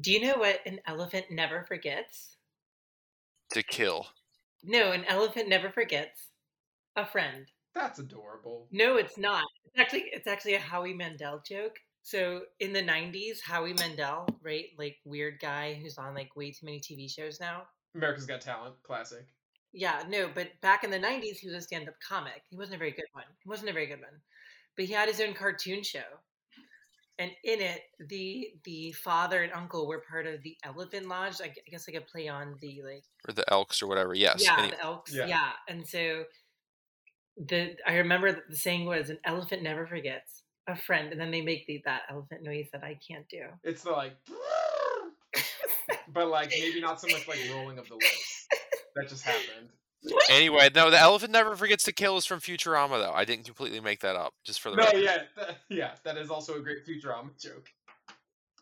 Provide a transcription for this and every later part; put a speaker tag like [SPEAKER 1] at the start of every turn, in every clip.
[SPEAKER 1] Do you know what an elephant never forgets?
[SPEAKER 2] To kill.
[SPEAKER 1] No, an elephant never forgets a friend.
[SPEAKER 3] That's adorable.
[SPEAKER 1] No, it's not. It's actually it's actually a Howie Mandel joke. So in the '90s, Howie Mandel, right, like weird guy who's on like way too many TV shows now.
[SPEAKER 3] America's Got Talent, classic.
[SPEAKER 1] Yeah, no, but back in the '90s, he was a stand-up comic. He wasn't a very good one. He wasn't a very good one, but he had his own cartoon show, and in it, the the father and uncle were part of the Elephant Lodge. I gu- I guess like a play on the like
[SPEAKER 2] Or the elks or whatever. Yes.
[SPEAKER 1] yeah,
[SPEAKER 2] any-
[SPEAKER 1] the elks. Yeah.
[SPEAKER 3] Yeah.
[SPEAKER 1] And so the I remember that the saying was an elephant never forgets a friend, and then they make the, that elephant noise that I can't do.
[SPEAKER 3] It's the like, but like maybe not so much like rolling of the lips. That just happened.
[SPEAKER 2] anyway, no, the elephant never forgets to kill is from Futurama though. I didn't completely make that up. Just for the
[SPEAKER 3] No,
[SPEAKER 2] record.
[SPEAKER 3] yeah, th- yeah, that is also a great Futurama joke.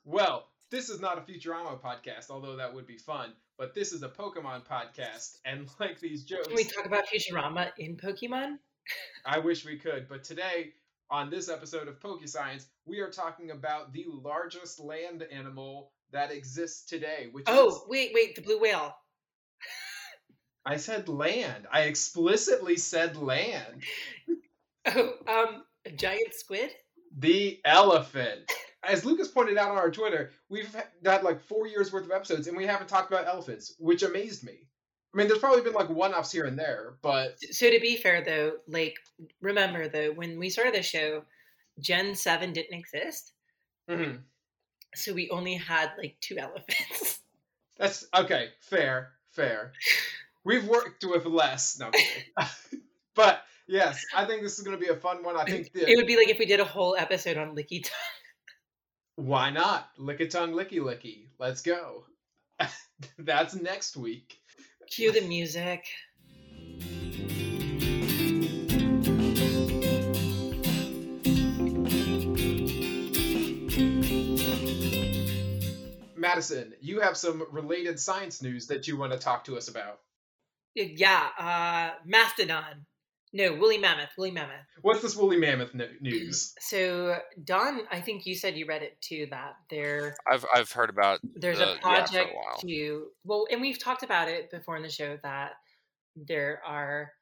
[SPEAKER 3] Well, this is not a Futurama podcast, although that would be fun. But this is a Pokemon podcast, and like these jokes,
[SPEAKER 1] Can we talk about Futurama in Pokemon?
[SPEAKER 3] I wish we could. But today, on this episode of Science, we are talking about the largest land animal that exists today, which is
[SPEAKER 1] Oh, wait, wait, the blue whale.
[SPEAKER 3] I said land. I explicitly said land.
[SPEAKER 1] Oh, um, a giant squid.
[SPEAKER 3] The elephant. As Lucas pointed out on our Twitter, we've had like four years worth of episodes and we haven't talked about elephants, which amazed me. I mean, there's probably been like one offs here and there, but
[SPEAKER 1] So to be fair, though, like remember though, when we started the show, Gen Seven didn't exist,
[SPEAKER 3] mhm.
[SPEAKER 1] so we only had like two elephants.
[SPEAKER 3] that's okay. Fair, fair. We've worked with less. No, I'm kidding. but yes, I think this is going to be a fun one. I think
[SPEAKER 1] It
[SPEAKER 3] that,
[SPEAKER 1] would be like if we did a whole episode on Licky Tongue.
[SPEAKER 3] why not? Lick a tongue, licky licky. Let's go. that's next week.
[SPEAKER 1] Cue the music.
[SPEAKER 3] Madison, you have some related science news that you want to talk to us about.
[SPEAKER 1] Yeah, uh, Mastodon. No, woolly mammoth, woolly mammoth.
[SPEAKER 3] What's this woolly mammoth no- news?
[SPEAKER 1] So Don, I think you said you read it too. That there,
[SPEAKER 2] I've I've heard about
[SPEAKER 1] there's
[SPEAKER 2] Uh,
[SPEAKER 1] a
[SPEAKER 2] yeah, for a
[SPEAKER 1] project
[SPEAKER 2] while.
[SPEAKER 1] to well, and we've talked about it before in the show that there are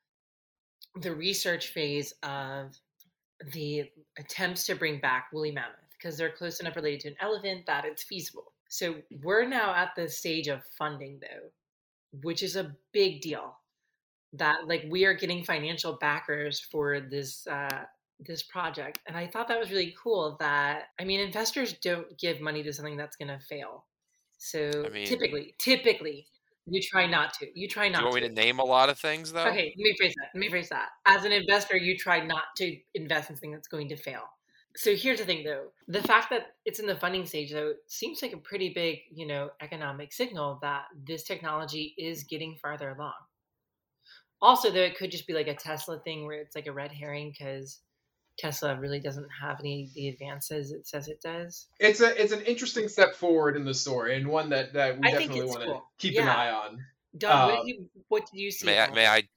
[SPEAKER 1] the research phase of the attempts to bring back woolly mammoth because they're close enough related to an elephant that it's feasible. So we're now at the stage of funding though, which is a big deal. That like we are getting financial backers for this uh this project. And I thought that was really cool that I mean investors don't give money to something that's gonna fail. So
[SPEAKER 2] I mean-
[SPEAKER 1] typically typically you try not to. You try
[SPEAKER 2] do
[SPEAKER 1] not
[SPEAKER 2] you want
[SPEAKER 1] to.
[SPEAKER 2] me to name a lot of things though?
[SPEAKER 1] Okay, let me phrase that. Let me phrase that. As an investor, you try not to invest in something that's going to fail. So here's the thing, though: the fact that it's in the funding stage, though, seems like a pretty big, you know, economic signal that this technology is getting farther along. Also, though, it could just be like a Tesla thing where it's like a red herring because Tesla really doesn't have any of the advances it says it does.
[SPEAKER 3] It's a it's an interesting step forward in the story and one that, that we
[SPEAKER 1] I think
[SPEAKER 3] definitely
[SPEAKER 1] it's
[SPEAKER 3] want to
[SPEAKER 1] cool.
[SPEAKER 3] keep an
[SPEAKER 1] Yeah.
[SPEAKER 3] eye on.
[SPEAKER 1] Doug, what,
[SPEAKER 3] Uh,
[SPEAKER 1] did you, what did you see?
[SPEAKER 2] May I,
[SPEAKER 1] about
[SPEAKER 2] may
[SPEAKER 1] it?
[SPEAKER 2] I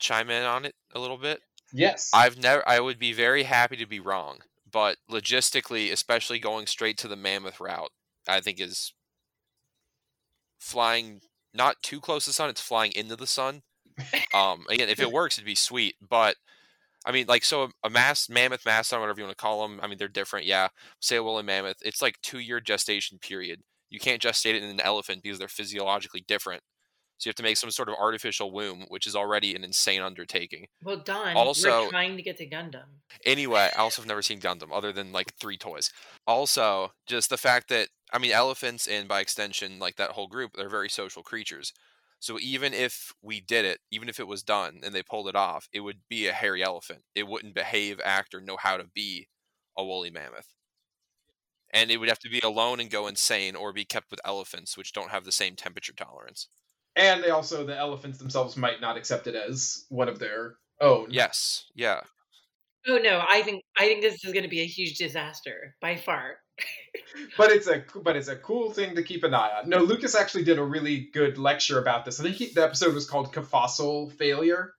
[SPEAKER 2] chime in on it a little bit?
[SPEAKER 3] Yes.
[SPEAKER 2] I've never. I would be very happy to be wrong, but logistically, especially going straight to the mammoth route, I think is flying not too close to the sun. It's flying into the sun. Um, again, if it works, it'd be sweet. But I mean, like, so a mass mammoth, mastodon, whatever you want to call them. I mean, they're different. Yeah, say a woolly mammoth. It's like two year gestation period. You can't gestate it in an elephant because they're physiologically different. So you have to make some sort of artificial womb, which is already an insane undertaking
[SPEAKER 1] well, Don, we're
[SPEAKER 2] also-
[SPEAKER 1] trying to get to Gundam.
[SPEAKER 2] anyway, I also have never seen Gundam other than like three toys. Also, just the fact that I mean elephants and by extension like that whole group, they're very social creatures. So even if we did it, even if it was done and they pulled it off, it would be a hairy elephant. It wouldn't behave, act, or know how to be a woolly mammoth. And it would have to be alone and go insane or be kept with elephants which don't have the same temperature tolerance.
[SPEAKER 3] And they also the elephants themselves might not accept it as one of their own.
[SPEAKER 2] Yes. Yeah.
[SPEAKER 1] Oh no, I think I think this is going to be a huge disaster by far.
[SPEAKER 3] But it's a but it's a cool thing to keep an eye on. No, Lucas actually did a really good lecture about this. I think he, the episode was called Cafossil Failure.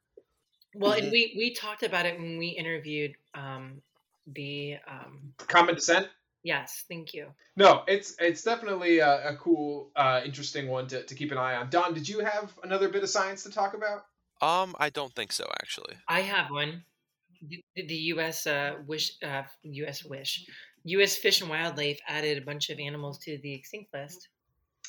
[SPEAKER 1] Well, and
[SPEAKER 2] Mhm.
[SPEAKER 1] we we talked about it when we interviewed um, the um,
[SPEAKER 3] Common Descent.
[SPEAKER 1] Yes, thank you.
[SPEAKER 3] No, it's it's definitely a, a cool, uh, interesting one to, to keep an eye on. Don, did you have another bit of science to talk about?
[SPEAKER 2] Um, I don't think so actually.
[SPEAKER 1] I have one. The, the U.S. Uh, wish, uh, U.S. wish, U.S. Fish and Wildlife added a bunch of animals to the extinct list.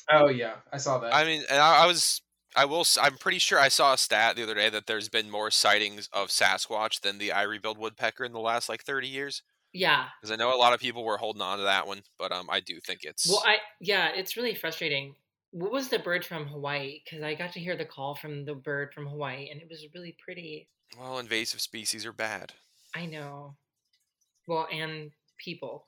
[SPEAKER 3] Oh yeah, I saw that.
[SPEAKER 2] I mean, and I, I was, I will, s- I'm pretty sure I saw a stat the other day that there's been more sightings of Sasquatch than the I rebuild woodpecker in the last like 30 years.
[SPEAKER 1] Yeah.
[SPEAKER 2] Because I know a lot of people were holding on to that one, but um, I do think it's.
[SPEAKER 1] Well, I yeah, it's really frustrating. What was the bird from Hawaii? Because I got to hear the call from the bird from Hawaii, and it was really pretty.
[SPEAKER 2] well, invasive species are bad.
[SPEAKER 1] I know. Well, and people.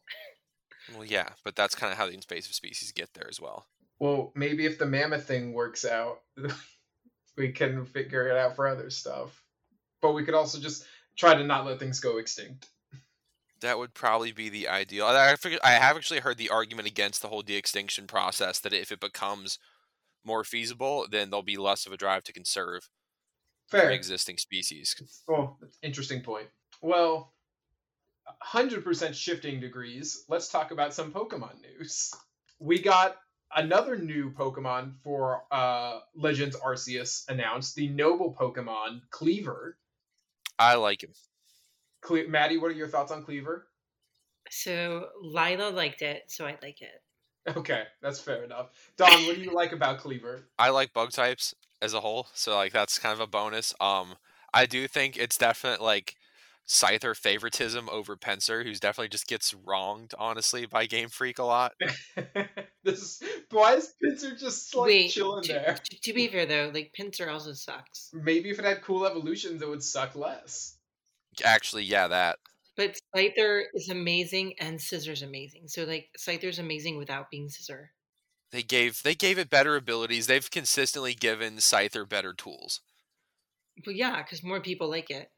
[SPEAKER 2] Well, yeah, but that's kind of how the invasive species get there as well.
[SPEAKER 3] Well, maybe if the mammoth thing works out, we can figure it out for other stuff. But we could also just try to not let things go extinct.
[SPEAKER 2] That would probably be the ideal. I I fig- I have actually heard the argument against the whole de-extinction process that if it becomes more feasible, then there'll be less of a drive to conserve
[SPEAKER 3] Fair.
[SPEAKER 2] existing species.
[SPEAKER 3] Oh, that's an interesting point. Well, 100% shifting degrees. Let's talk about some Pokemon news. We got another new Pokemon for uh, Legends Arceus announced the noble Pokemon Cleaver.
[SPEAKER 2] I like him.
[SPEAKER 3] Cle- Maddie, what are your thoughts on Cleaver?
[SPEAKER 1] So Lila liked it, so I like it.
[SPEAKER 3] Okay, that's fair enough. Don, what do you like about Cleaver?
[SPEAKER 2] I like bug types as a whole, so like that's kind of a bonus. Um, I do think it's definite like Scyther favoritism over Pencer, who's definitely just gets wronged honestly by Game Freak a lot.
[SPEAKER 3] this is, why is Pinsir just like
[SPEAKER 1] Wait,
[SPEAKER 3] chilling
[SPEAKER 1] to,
[SPEAKER 3] there?
[SPEAKER 1] to- to be fair though, like Pincer also sucks,
[SPEAKER 3] Maybe if it had cool evolutions, it would suck less.
[SPEAKER 2] Actually, yeah, that
[SPEAKER 1] but Scyther is amazing and Scissor's amazing. So like Scyther's amazing without being Scissor.
[SPEAKER 2] they gave they gave it better abilities. They've consistently given Scyther better tools.
[SPEAKER 1] But yeah, because more people like it.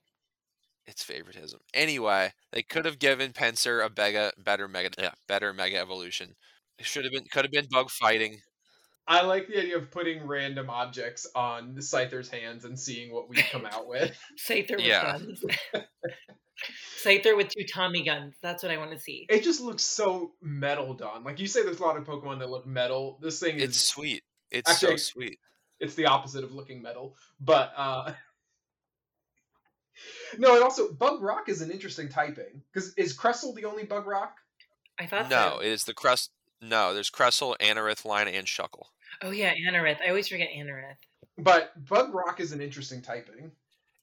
[SPEAKER 2] It's favoritism. Anyway, they could have given Pencer a mega better mega yeah, better mega evolution. It should have been could have been bug fighting.
[SPEAKER 3] I like the idea of putting random objects on Scyther's hands and seeing what we come out with.
[SPEAKER 1] Scyther with
[SPEAKER 2] Yeah.
[SPEAKER 1] guns. Scyther with two Tommy guns. That's what I want to see.
[SPEAKER 3] It just looks so metal, Don. Like you say, there's a lot of Pokemon that look metal. This thing is
[SPEAKER 2] It's
[SPEAKER 3] it's,
[SPEAKER 2] sweet. It's
[SPEAKER 3] Actually,
[SPEAKER 2] so sweet.
[SPEAKER 3] the opposite of looking metal. But uh no, and also Bug Rock is an interesting typing because is Cressel the only Bug Rock?
[SPEAKER 1] I thought
[SPEAKER 2] No,
[SPEAKER 1] so.
[SPEAKER 2] it is the crest. No, there's Cressel, Anorith, Lina, and Shuckle.
[SPEAKER 1] Oh yeah, Anorith. I always forget Anorith.
[SPEAKER 3] But Bug Rock is an interesting typing.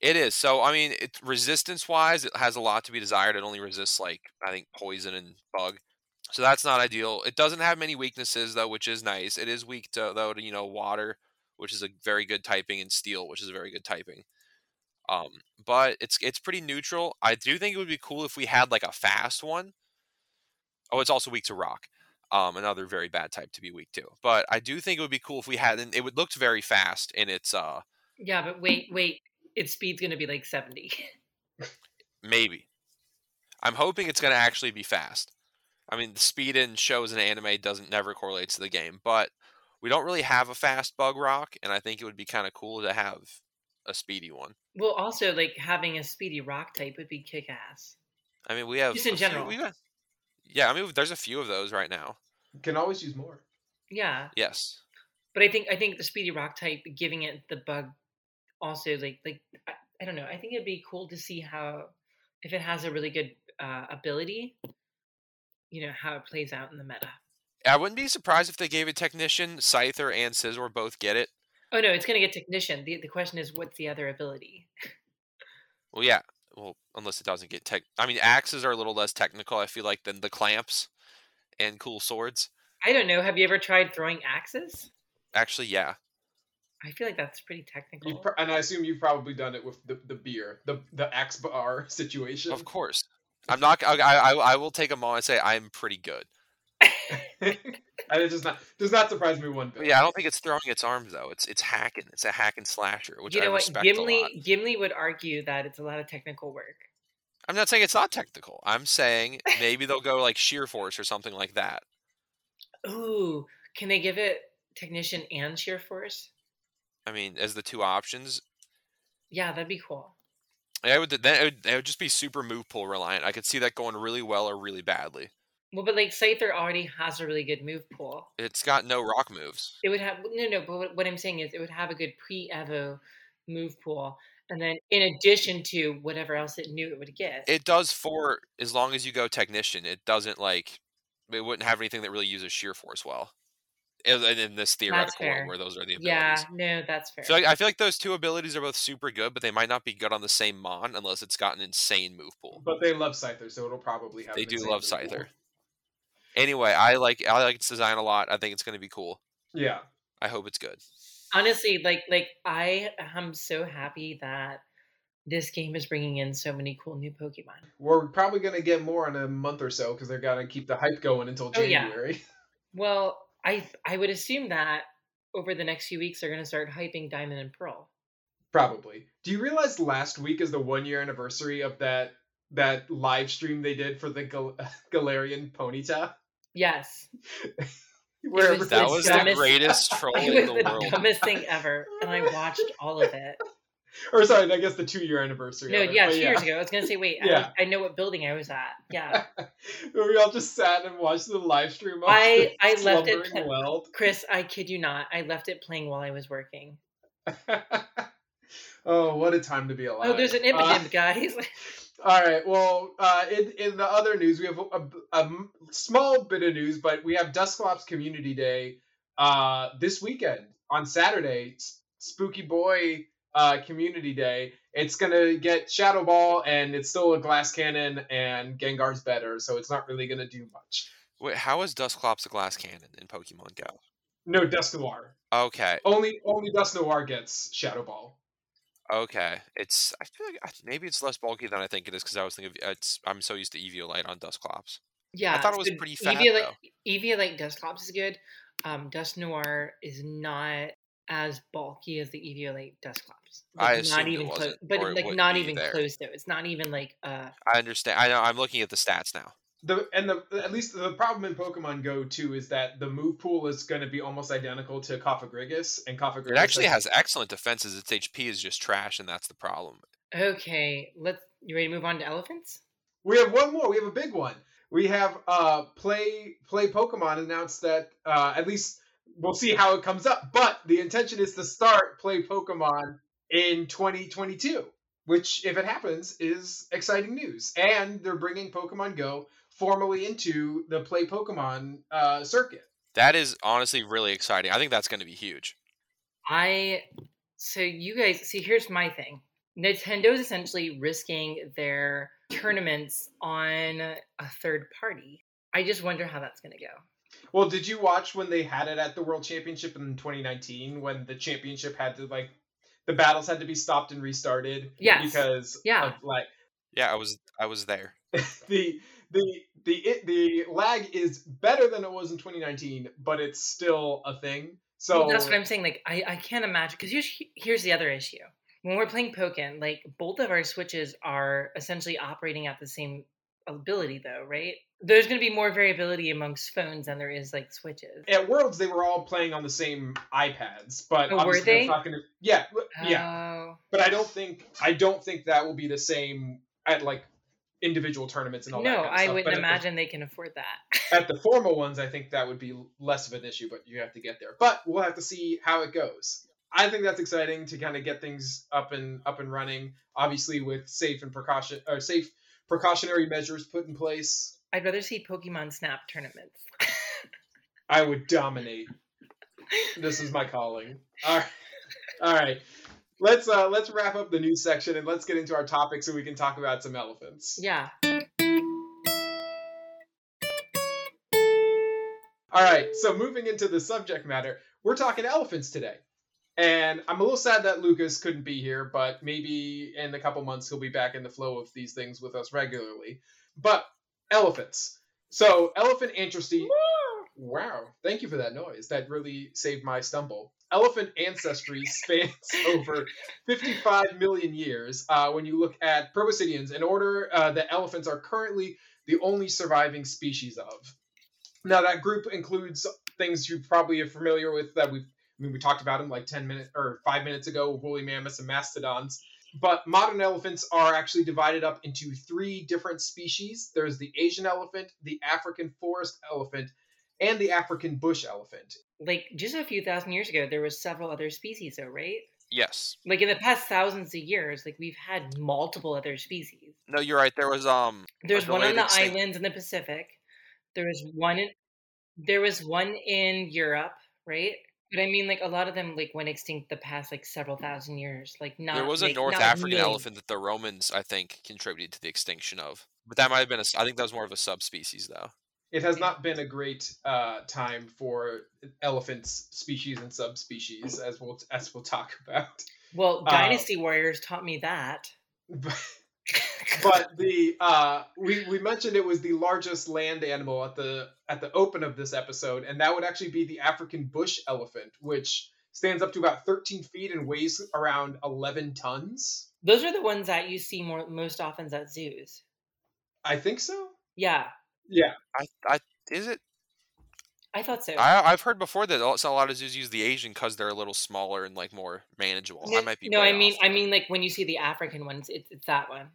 [SPEAKER 2] It is. So I mean, it, resistance wise, it has a lot to be desired. It only resists like I think poison and bug. So that's not ideal. It doesn't have many weaknesses though, which is nice. It is weak to though to you know water, which is a very good typing, and steel, which is a very good typing. Um, but it's it's pretty neutral. I do think it would be cool if we had like a fast one. Oh, it's also weak to rock. Um, another very bad type to be weak to. But I do think it would be cool if we had. And it would looked very fast in its uh
[SPEAKER 1] Yeah, but wait, wait. Its speed's gonna be like seventy.
[SPEAKER 2] Maybe. I'm hoping it's going to actually be fast. I mean, the speed in shows and anime doesn't never correlates to the game, but we don't really have a fast bug rock, and I think it would be kind of cool to have a speedy one.
[SPEAKER 1] well, also like having a speedy rock type would be kick ass.
[SPEAKER 2] I mean, we have
[SPEAKER 1] Just in
[SPEAKER 2] a few-
[SPEAKER 1] general.
[SPEAKER 2] we got- yeah, I mean, there's a few of those right now.
[SPEAKER 3] Can always use more.
[SPEAKER 1] Yeah,
[SPEAKER 2] Yes,
[SPEAKER 1] but I think I think the speedy rock type giving it the bug also like like I, I don't know. I think it'd be cool to see how if it has a really good uh, ability, you know how it plays out in the meta.
[SPEAKER 2] I wouldn't be surprised if they gave it technician, Scyther, and Scizor both get it.
[SPEAKER 1] Oh no, it's gonna get technician. The the question is what's the other ability?
[SPEAKER 2] Well, yeah. Well, unless it doesn't get tech. I mean, axes are a little less technical. I feel like than the clamps and cool swords.
[SPEAKER 1] I don't know. Have you ever tried throwing axes?
[SPEAKER 2] Actually, yeah.
[SPEAKER 1] I feel like that's pretty
[SPEAKER 2] Mm,
[SPEAKER 1] technical.
[SPEAKER 3] You pr- and I assume you've probably done it with the, the beer, the the axe bar situation.
[SPEAKER 2] Of course. I'm not. I, I, I will take a moment and say I'm pretty good.
[SPEAKER 3] and it does not does not surprise me one
[SPEAKER 2] But
[SPEAKER 3] bit.
[SPEAKER 2] yeah, I don't think it's throwing its arms though. It's it's hacking. It's a hack and slasher, which
[SPEAKER 1] you
[SPEAKER 2] I
[SPEAKER 1] know what?
[SPEAKER 2] respect a lot.
[SPEAKER 1] Gimli Gimli would argue that it's a lot of technical work.
[SPEAKER 2] I'm not saying it's not technical. I'm saying maybe they'll go like sheer force or something like that.
[SPEAKER 1] Ooh, can they give it technician and sheer force?
[SPEAKER 2] I mean, as the two options,
[SPEAKER 1] Yeah, that'd be cool.
[SPEAKER 2] I would then it would, it would just be super move pull reliant. I could see that going really well or really badly.
[SPEAKER 1] Well, but like Scyther already has a really good move pool.
[SPEAKER 2] It's got no rock moves.
[SPEAKER 1] It would have no, no. But what, what I'm saying is, it would have a good pre-Evo move pool, and then in addition to whatever else it knew it would get.
[SPEAKER 2] It does for as long as you go technician. It doesn't like it wouldn't have anything that really uses sheer force well. And and in this theoretical
[SPEAKER 1] fair.
[SPEAKER 2] one where those are the abilities.
[SPEAKER 1] yeah, no, that's fair.
[SPEAKER 2] So I, I feel like those two abilities are both super good, but they might not be good on the same mon unless it's got an insane move pool.
[SPEAKER 3] But they love Scyther, so it'll probably have.
[SPEAKER 2] They
[SPEAKER 3] an
[SPEAKER 2] do
[SPEAKER 3] insane
[SPEAKER 2] love
[SPEAKER 3] move pool.
[SPEAKER 2] Scyther. Anyway, I like I like its design a lot. I think it's going to be cool.
[SPEAKER 3] Yeah,
[SPEAKER 2] I hope it's good.
[SPEAKER 1] Honestly, like like I am so happy that this game is bringing in so many cool new Pokemon.
[SPEAKER 3] we're probably gonna get more in a month or so because they're gonna keep the hype going until
[SPEAKER 1] Oh, yeah.
[SPEAKER 3] January.
[SPEAKER 1] Well, I I would assume that over the next few weeks they're going to start hyping Diamond and Pearl.
[SPEAKER 3] Probably. Do you realize last week is the one year anniversary of that that live stream they did for the Gal- Galarian Ponyta?
[SPEAKER 1] Yes,
[SPEAKER 3] Where
[SPEAKER 1] was
[SPEAKER 3] everyone
[SPEAKER 2] That
[SPEAKER 1] the
[SPEAKER 2] was
[SPEAKER 3] said-
[SPEAKER 2] the
[SPEAKER 1] dumbest-
[SPEAKER 2] greatest troll
[SPEAKER 1] it
[SPEAKER 2] in
[SPEAKER 1] was
[SPEAKER 2] the
[SPEAKER 1] the
[SPEAKER 2] world.
[SPEAKER 1] dumbest thing ever, and I watched all of it.
[SPEAKER 3] or sorry, I guess the two year anniversary.
[SPEAKER 1] No,
[SPEAKER 3] of it,
[SPEAKER 1] Oh, yeah,
[SPEAKER 3] but
[SPEAKER 1] two years ago. I was gonna say, wait, I, was-
[SPEAKER 3] Yeah.
[SPEAKER 1] I know what building I was at. Yeah,
[SPEAKER 3] Where we all just sat and watched the live stream. Of
[SPEAKER 1] I-
[SPEAKER 3] the
[SPEAKER 1] I left it
[SPEAKER 3] slumbering world.
[SPEAKER 1] Chris, I kid you not, I left it playing while I was working.
[SPEAKER 3] oh, what a time to be alive!
[SPEAKER 1] Oh, there's an
[SPEAKER 3] Uh,
[SPEAKER 1] Impotent, guys.
[SPEAKER 3] All right. Well, uh, in in the other news, we have a, a- a m- small bit of news, but we have Dusclops Community Day uh, this weekend on Saturday. S- Spooky Boy uh, Community Day. It's gonna get Shadow Ball, and it's still a glass cannon, and Gengar's better, so it's not really gonna do much.
[SPEAKER 2] Wait, how is Dusclops a glass cannon in Pokemon Go?
[SPEAKER 3] No Dusk Noir.
[SPEAKER 2] Okay,
[SPEAKER 3] Only only Dusk Noir gets Shadow Ball.
[SPEAKER 2] okay. It's I feel like I- maybe it's less bulky than I think it is because I was thinking of uh, it's. I'm so used to Eviolite on Dusclops.
[SPEAKER 1] Yeah,
[SPEAKER 2] thought it was
[SPEAKER 1] so
[SPEAKER 2] pretty fat,
[SPEAKER 1] Eviolite, Eviolite Dusclops is good. Um, Dust Noir is not as bulky as the Eviolite Dusclops.
[SPEAKER 2] I
[SPEAKER 1] Like,
[SPEAKER 2] assumed it
[SPEAKER 1] close,
[SPEAKER 2] wasn't,
[SPEAKER 1] but
[SPEAKER 2] or it
[SPEAKER 1] like
[SPEAKER 2] wouldn't
[SPEAKER 1] not
[SPEAKER 2] be
[SPEAKER 1] even
[SPEAKER 2] there.
[SPEAKER 1] close though. It's not even like uh
[SPEAKER 2] I understand. I know. I'm looking at the stats now.
[SPEAKER 3] the and the at least the problem in Pokemon Go too is that the move pool is going to be almost identical to Koffagrigus, and Koffagrigus
[SPEAKER 2] It actually has excellent defenses. Its HP is just trash, and that's the problem.
[SPEAKER 1] okay. Let's you ready to move on to elephants?
[SPEAKER 3] We have one more. We have a big one. We have uh play play Pokemon announced that uh at least we'll see how it comes up, but the intention is to start play Pokemon in 2022, which if it happens is exciting news. And they're bringing Pokemon Go formally into the play Pokemon uh circuit.
[SPEAKER 2] That is honestly really exciting. I think that's going to be huge.
[SPEAKER 1] I so you guys see here's my thing. Nintendo's essentially risking their tournaments on a third party. I just wonder how that's going to go.
[SPEAKER 3] Well, did you watch when they had it at the World Championship in 2019 when the championship had to like the battles had to be stopped and restarted
[SPEAKER 1] Yes.
[SPEAKER 3] because
[SPEAKER 1] Yeah.
[SPEAKER 3] of, like
[SPEAKER 2] Yeah, I was I was there.
[SPEAKER 3] the the the it, the lag is better than it was in 2019, but it's still a thing. So
[SPEAKER 1] Well, that's what I'm saying. Like, I, I can't imagine. Because here's, here's the other issue. When we're playing Pokken, like, both of our switches are essentially operating at the same ability, though, right? There's going to be more variability amongst phones than there is, like, switches.
[SPEAKER 3] at Worlds they were all playing on the same iPads, but
[SPEAKER 1] Oh, were
[SPEAKER 3] obviously they're
[SPEAKER 1] they?
[SPEAKER 3] not gonna- yeah, w- yeah.
[SPEAKER 1] Oh,
[SPEAKER 3] But I don't think I don't think that will be the same at like individual tournaments and all that.
[SPEAKER 1] no,
[SPEAKER 3] kind of
[SPEAKER 1] I
[SPEAKER 3] stuff,
[SPEAKER 1] wouldn't
[SPEAKER 3] but at the-
[SPEAKER 1] imagine they can afford that.
[SPEAKER 3] at the formal ones, I think that would be less of an issue, but you have to get there. But we'll have to see how it goes. I think that's exciting to kind of get things up and up and running. Obviously, with safe and precaution or safe precautionary measures put in place,
[SPEAKER 1] I'd rather see Pokemon Snap tournaments.
[SPEAKER 3] I would dominate. this is my calling. All right, all right. Let's uh, let's wrap up the news section and let's get into our topic so we can talk about some elephants.
[SPEAKER 1] Yeah.
[SPEAKER 3] All right, so moving into the subject matter, we're talking elephants today. And I'm a little sad that Lucas couldn't be here, but maybe in a couple months he'll be back in the flow of these things with us regularly. But elephants. So, elephant ancestry. Wow, thank you for that noise. That really saved my stumble. Elephant ancestry spans over 55 million years uh, when you look at proboscideans, an order uh, that elephants are currently the only surviving species of. Now, that group includes things you probably are familiar with that we've I mean, we talked about them like 10 minutes or five minutes ago, woolly mammoths and mastodons. but modern elephants are actually divided up into three different species there's the asian elephant the african forest elephant and the african bush elephant
[SPEAKER 1] Like just a few thousand years ago, there was several other species, though, right?
[SPEAKER 2] Yes.
[SPEAKER 1] Like in the past thousands of years, like we've had multiple other species.
[SPEAKER 2] No, you're right. There was um
[SPEAKER 1] There's one on
[SPEAKER 2] related
[SPEAKER 1] the
[SPEAKER 2] extinct-
[SPEAKER 1] islands in the Pacific. There was one in there was one in Europe, right? But I mean, like a lot of them like went extinct the past like several thousand years. Like not
[SPEAKER 2] there was a
[SPEAKER 1] like,
[SPEAKER 2] North
[SPEAKER 1] not
[SPEAKER 2] African
[SPEAKER 1] millions.
[SPEAKER 2] elephant that the Romans, I think, contributed to the extinction of. But that might have been a s- I think that was more of a subspecies though.
[SPEAKER 3] it has not been a great uh, time for elephants species and subspecies as we'll as we'll talk about
[SPEAKER 1] Well,
[SPEAKER 2] Oh.
[SPEAKER 3] Uh,
[SPEAKER 1] Dynasty Warriors taught me that.
[SPEAKER 3] but the uh, we we mentioned it was the largest land animal at the at the open of this episode, and that would actually be the African bush elephant, which stands up to about 13 feet and weighs around 11 tons.
[SPEAKER 1] Those are the ones that you see more most often at zoos.
[SPEAKER 3] I think so.
[SPEAKER 1] Yeah,
[SPEAKER 3] Yeah,
[SPEAKER 2] I I is it
[SPEAKER 1] I thought so.
[SPEAKER 2] I I've heard before that a so a lot of zoos use the Asian cuz they're a little smaller and like more manageable. I
[SPEAKER 1] No-
[SPEAKER 2] might be
[SPEAKER 1] no,
[SPEAKER 2] way
[SPEAKER 1] I mean,
[SPEAKER 2] off.
[SPEAKER 1] I mean, like when you see the African ones, it's, it's that one.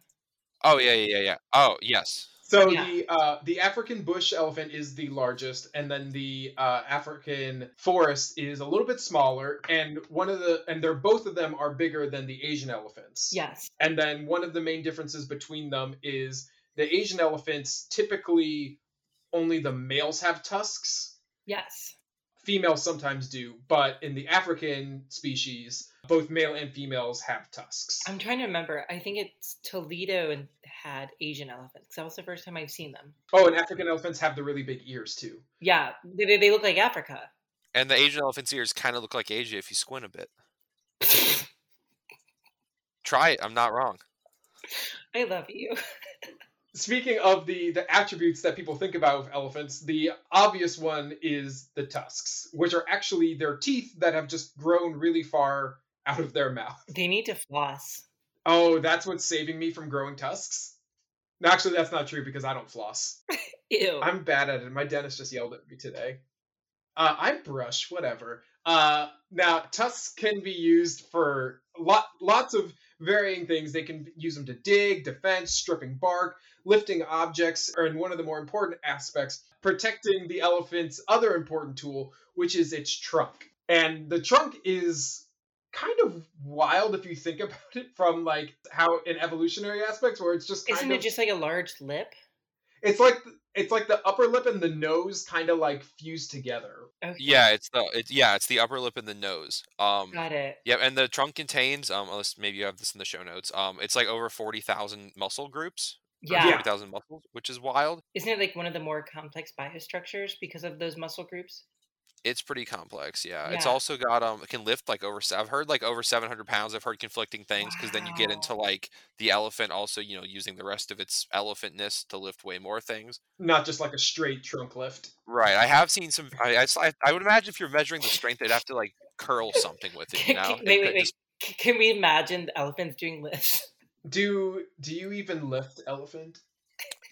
[SPEAKER 2] Oh yeah, yeah, yeah, yeah. Oh, yes.
[SPEAKER 3] So
[SPEAKER 1] Yeah.
[SPEAKER 3] the uh, the African bush elephant is the largest, and then the uh, African forest is a little bit smaller. And one of the and they're both of them are bigger than the Asian elephants.
[SPEAKER 1] Yes,
[SPEAKER 3] And then one of the main differences between them is the Asian elephants typically only the males have tusks.
[SPEAKER 1] yes.
[SPEAKER 3] Females sometimes do, but in the African species, both male and females have tusks.
[SPEAKER 1] I'm trying to remember. I think it's Toledo and had Asian elephants. 'cause That was the first time I've seen them.
[SPEAKER 3] Oh, and African elephants have the really big ears too.
[SPEAKER 1] Yeah, they, they- they look like Africa.
[SPEAKER 2] And the Asian elephant's ears kind of look like Asia if you squint a bit. Try it. I'm not wrong.
[SPEAKER 1] I love you.
[SPEAKER 3] Speaking of the the attributes that people think about with elephants, the obvious one is the tusks, which are actually their teeth that have just grown really far out of their mouth.
[SPEAKER 1] They need to floss.
[SPEAKER 3] Oh, that's what's saving me from growing tusks? No, actually, that's not true because I don't floss.
[SPEAKER 1] Ew.
[SPEAKER 3] I'm bad at it. My dentist just yelled at me today. Uh, I brush, whatever. Uh, now, tusks can be used for lot, lots of varying things. They can use them to dig, defense, stripping bark, lifting objects, and one of the more important aspects, protecting the elephant's other important tool, which is its trunk. And the trunk is kind of wild if you think about it from like how in evolutionary aspects where it's just kind
[SPEAKER 1] Isn't
[SPEAKER 3] of
[SPEAKER 1] it just like a large lip?
[SPEAKER 3] it's like it's like the upper lip and the nose kind of like fused together.
[SPEAKER 1] Okay.
[SPEAKER 2] Yeah, it's the it's yeah, it's the upper lip and the nose. Um
[SPEAKER 1] Got it.
[SPEAKER 2] Yep, and the trunk contains um unless maybe you have this in the show notes. Um it's like over 40,000 muscle groups. or
[SPEAKER 1] Yeah.
[SPEAKER 3] Yeah.
[SPEAKER 2] 40,000 muscles, which is wild.
[SPEAKER 1] Isn't it like one of the more complex biostructures because of those muscle groups?
[SPEAKER 2] It's pretty complex, yeah. It's
[SPEAKER 1] Yeah.
[SPEAKER 2] also got um it can lift like over se- I've heard like over 700 pounds. I've heard conflicting things because then you get into like the elephant also, you know, using the rest of its elephantness to lift way more things.
[SPEAKER 3] Not just like a straight trunk lift.
[SPEAKER 2] Right. I have seen some. I, I, s- I- I would imagine if you're measuring the strength, they'd have to like curl something with it. You
[SPEAKER 1] Can-
[SPEAKER 2] know,
[SPEAKER 1] can-
[SPEAKER 2] They
[SPEAKER 1] wait, wait,
[SPEAKER 2] couldn't
[SPEAKER 1] wait.
[SPEAKER 2] just-
[SPEAKER 1] C- Can we imagine the elephants doing lifts?
[SPEAKER 3] Do do you even lift elephant?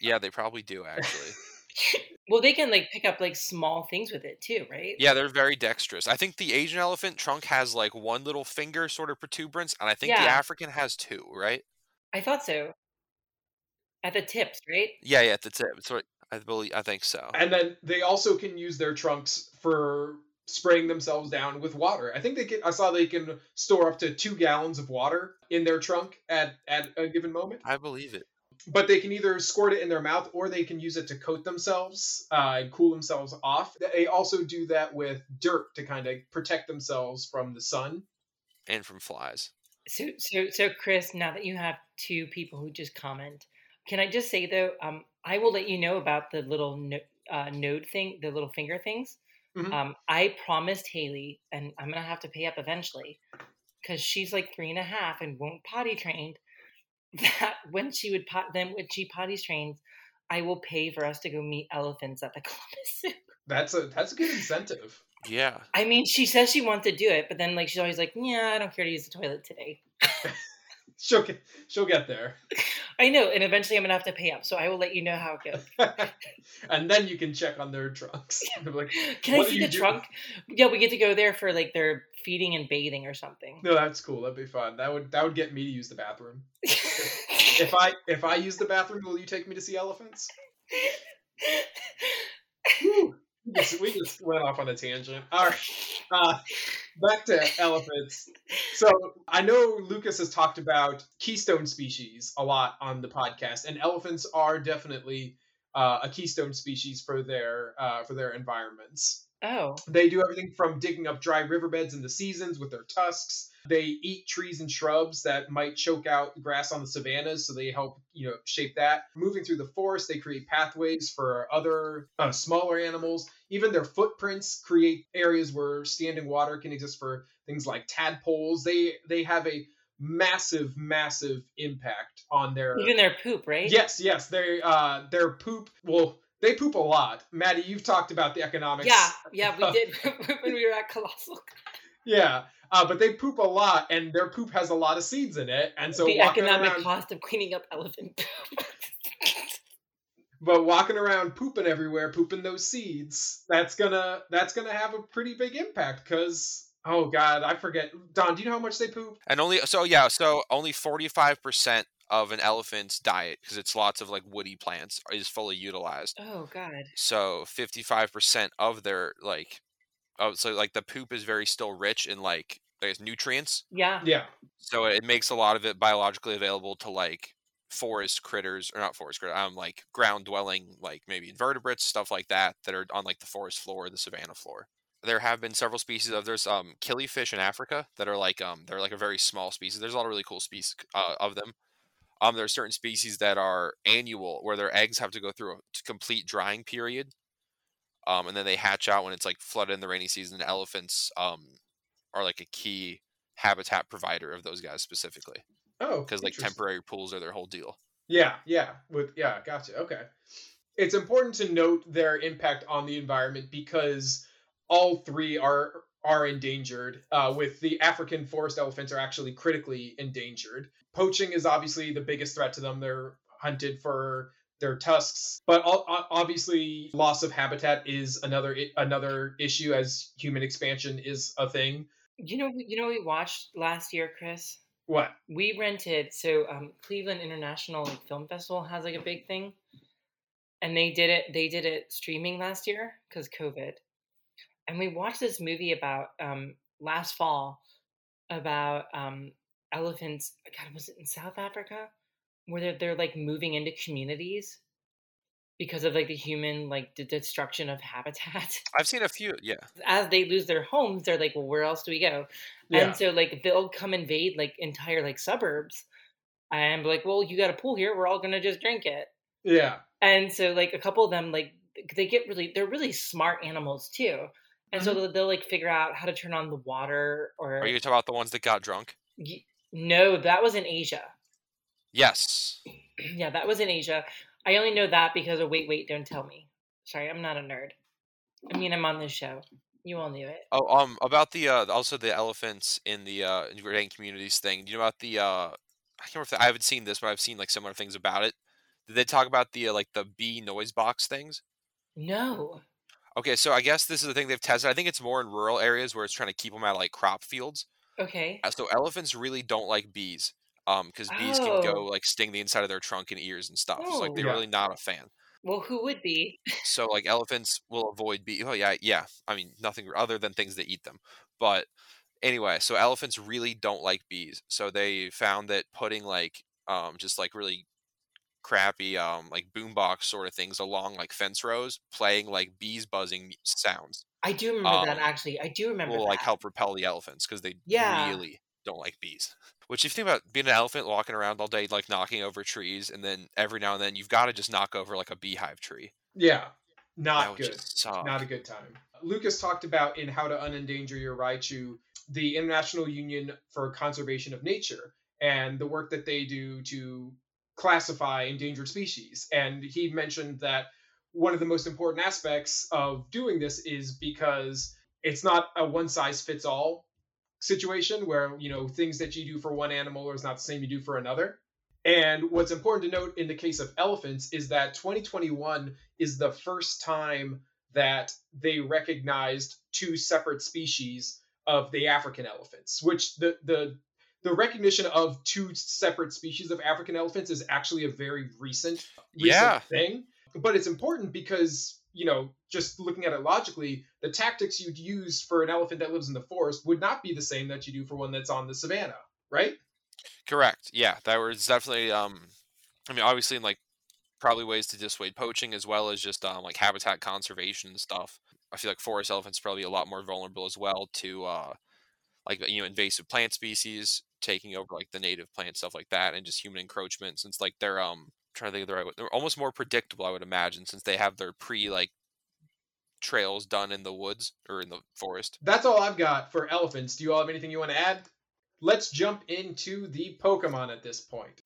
[SPEAKER 2] yeah, they probably do actually.
[SPEAKER 1] Well, they can like pick up like small things with it too, right?
[SPEAKER 2] Yeah, they're very dexterous. I think the Asian elephant trunk has like one little finger sort of protuberance, and I think the
[SPEAKER 1] Yeah.
[SPEAKER 2] African has two. Right?
[SPEAKER 1] I thought so. At the tips, right?
[SPEAKER 2] Yeah, yeah, that's it. So I believe I think so.
[SPEAKER 3] And then they also can use their trunks for spraying themselves down with water. I think they can I saw they can store up to 2 gallons of water in their trunk at at a given moment.
[SPEAKER 2] I believe it.
[SPEAKER 3] but they can either squirt it in their mouth or they can use it to coat themselves uh, and cool themselves off. They also do that with dirt to kind of protect themselves from the sun.
[SPEAKER 2] And from flies.
[SPEAKER 1] So, so, so, Chris, now that you have two people who just comment, can I just say though, um, I will let you know about the little no, uh, node thing, the little finger things.
[SPEAKER 3] Mhm.
[SPEAKER 1] Um, I promised Haley, and I'm gonna have to pay up eventually, because she's like three and a half and won't potty trained. That when she would pot, then when she potty trains, I will pay for us to go meet elephants at the Columbus Zoo.
[SPEAKER 3] That's a that's a good incentive.
[SPEAKER 2] Yeah.
[SPEAKER 1] I mean, she says she wants to do it, but then like she's always like, "Yeah, I don't care to use the toilet today."
[SPEAKER 3] she'll get, she'll get there,
[SPEAKER 1] I know, and eventually I'm gonna have to pay up, so I will let you know how it goes.
[SPEAKER 3] and then you can check on their trunks. They're like,
[SPEAKER 1] Can
[SPEAKER 3] What
[SPEAKER 1] I
[SPEAKER 3] are
[SPEAKER 1] see
[SPEAKER 3] you
[SPEAKER 1] the
[SPEAKER 3] doing?
[SPEAKER 1] trunk? Yeah, we get to go there for like their feeding and bathing or something.
[SPEAKER 3] no, that's cool. That'd be fun. That would that would get me to use the bathroom. If I if I use the bathroom, will you take me to see elephants? Whew. We just- we just went off on a tangent. All right, uh, back to elephants. So I know Lucas has talked about keystone species a lot on the podcast, and elephants are definitely uh, a keystone species for their uh, for their environments.
[SPEAKER 1] oh,
[SPEAKER 3] They do everything from digging up dry riverbeds in the seasons with their tusks. They eat trees and shrubs that might choke out grass on the savannas, so they help, you know, shape that. Moving through the forest, they create pathways for other uh, smaller animals. Even their footprints create areas where standing water can exist for things like tadpoles. They they have a massive, massive impact on their
[SPEAKER 1] even their poop, right?
[SPEAKER 3] Yes, yes. They uh their poop well, they poop a lot. Maddie, you've talked about the economics.
[SPEAKER 1] Yeah, yeah, we did when we were at Colossal.
[SPEAKER 3] Yeah. Uh, but they poop a lot and their poop has a lot of seeds in it. And so
[SPEAKER 1] the
[SPEAKER 3] walking
[SPEAKER 1] economic
[SPEAKER 3] around
[SPEAKER 1] cost of cleaning up elephant poop.
[SPEAKER 3] but walking around pooping everywhere, pooping those seeds, that's gonna that's gonna have a pretty big impact because oh god, I forget. Don, do you know how much they poop?
[SPEAKER 2] And only so yeah, so only 45% of an elephant's diet because it's lots of like woody plants is fully utilized.
[SPEAKER 1] oh God.
[SPEAKER 2] So 55% of their like oh so like the poop is very still rich in like I guess nutrients.
[SPEAKER 1] Yeah.
[SPEAKER 3] Yeah.
[SPEAKER 2] So it makes a lot of it biologically available to like forest critters or not forest critters, um like ground dwelling like maybe invertebrates stuff like that that are on like the forest floor or the savanna floor. There have been several species of there's um killifish in Africa that are like um they're like a very small species. There's a lot of really cool species uh, of them. Um, there are certain species that are annual where their eggs have to go through a t- complete drying period. Um, and then they hatch out when it's like flooded in the rainy season. Elephants um are like a key habitat provider of those guys specifically
[SPEAKER 3] Oh.
[SPEAKER 2] because like
[SPEAKER 3] interesting.
[SPEAKER 2] temporary pools are their whole deal.
[SPEAKER 3] Yeah, yeah, with yeah, gotcha. Okay, it's important to note their impact on the environment because all three are are endangered. Uh, with the African forest elephants are actually critically endangered. Poaching is obviously the biggest threat to them. They're hunted for their tusks, but o- o- obviously loss of habitat is another i- another issue as human expansion is a thing.
[SPEAKER 1] You know, you know, what we watched last year, Chris.
[SPEAKER 3] What?
[SPEAKER 1] We rented so um, Cleveland International like, Film Festival has like a big thing, and they did it. They did it streaming last year because COVID, and we watched this movie about um, last fall about um, elephants. God, was it in South Africa where they're, they're like moving into communities because of like the human like the destruction of habitat?
[SPEAKER 2] I've seen a few. Yeah,
[SPEAKER 1] as they lose their homes, they're like, well, where else do we go?
[SPEAKER 3] Yeah.
[SPEAKER 1] And so like they'll come invade like entire like suburbs and be like, well, you got a pool here, we're all gonna just drink it.
[SPEAKER 3] yeah.
[SPEAKER 1] And so like a couple of them like they get really they're really smart animals too. And so
[SPEAKER 3] Mhm.
[SPEAKER 1] they'll, they'll like figure out how to turn on the water or
[SPEAKER 2] Mm-hmm. are you talking about the ones that got drunk?
[SPEAKER 1] Y- no, that was in Asia.
[SPEAKER 2] Yes,
[SPEAKER 1] yeah, that was in Asia. I only know that because of wait, wait, don't tell me. Sorry, I'm not a nerd. I mean, I'm on this show. You all knew it.
[SPEAKER 2] Oh, um, about the uh, also the elephants in the uh, Grand Communities thing. Do you know about the? Uh, I can't remember. If I haven't seen this, but I've seen like similar things about it. Did they talk about the uh, like the bee noise box things?
[SPEAKER 1] No.
[SPEAKER 2] Okay, so I guess this is the thing they've tested. I think it's more in rural areas where it's trying to keep them out of like crop fields.
[SPEAKER 1] Okay.
[SPEAKER 2] Uh, So elephants really don't like bees, um, because bees can go
[SPEAKER 1] Oh.
[SPEAKER 2] like sting the inside of their trunk and ears and stuff. So like they're
[SPEAKER 3] Oh. Yeah.
[SPEAKER 2] really not a fan.
[SPEAKER 1] Well, who would be?
[SPEAKER 2] so like elephants will avoid bee oh yeah yeah i mean nothing other than things that eat them but anyway so elephants really don't like bees so they found that putting like um just like really crappy um like boombox sort of things along like fence rows playing like bees buzzing sounds
[SPEAKER 1] I do remember that
[SPEAKER 2] Um,
[SPEAKER 1] actually. I do remember
[SPEAKER 2] will like
[SPEAKER 1] that.
[SPEAKER 2] help repel the elephants because they
[SPEAKER 1] Yeah.
[SPEAKER 2] really don't like bees. Which, if you think about being an elephant walking around all day, like knocking over trees, and then every now and then you've got to just knock over like a beehive tree.
[SPEAKER 3] Yeah.
[SPEAKER 2] that
[SPEAKER 3] Not
[SPEAKER 2] would
[SPEAKER 3] good.
[SPEAKER 2] just suck.
[SPEAKER 3] not a good time. Lucas talked about in How to Unendanger Your Raichu, the International Union for Conservation of Nature, and the work that they do to classify endangered species. And he mentioned that one of the most important aspects of doing this is because it's not a one size fits all situation where you know things that you do for one animal is not the same you do for another. And what's important to note in the case of elephants is that 2021 is the first time that they recognized two separate species of the African elephants, which the the the recognition of two separate species of African elephants is actually a very recent, recent
[SPEAKER 2] Yeah.
[SPEAKER 3] thing. But it's important because, you know, just looking at it logically, the tactics you'd use for an elephant that lives in the forest would not be the same that you do for one that's on the savannah, right?
[SPEAKER 2] Correct. Yeah, that was definitely. Um, I mean, obviously, in like probably ways to dissuade poaching as well as just um, like habitat conservation and stuff. I feel like forest elephants probably a lot more vulnerable as well to uh, like you know invasive plant species taking over like the native plant stuff like that, and just human encroachment since like they're um trying to think of the right word. They're almost more predictable, I would imagine, since they have their pre like trails done in the woods or in the forest.
[SPEAKER 3] That's all I've got for elephants. Do you all have anything you want to add? Let's jump into the Pokemon at this point.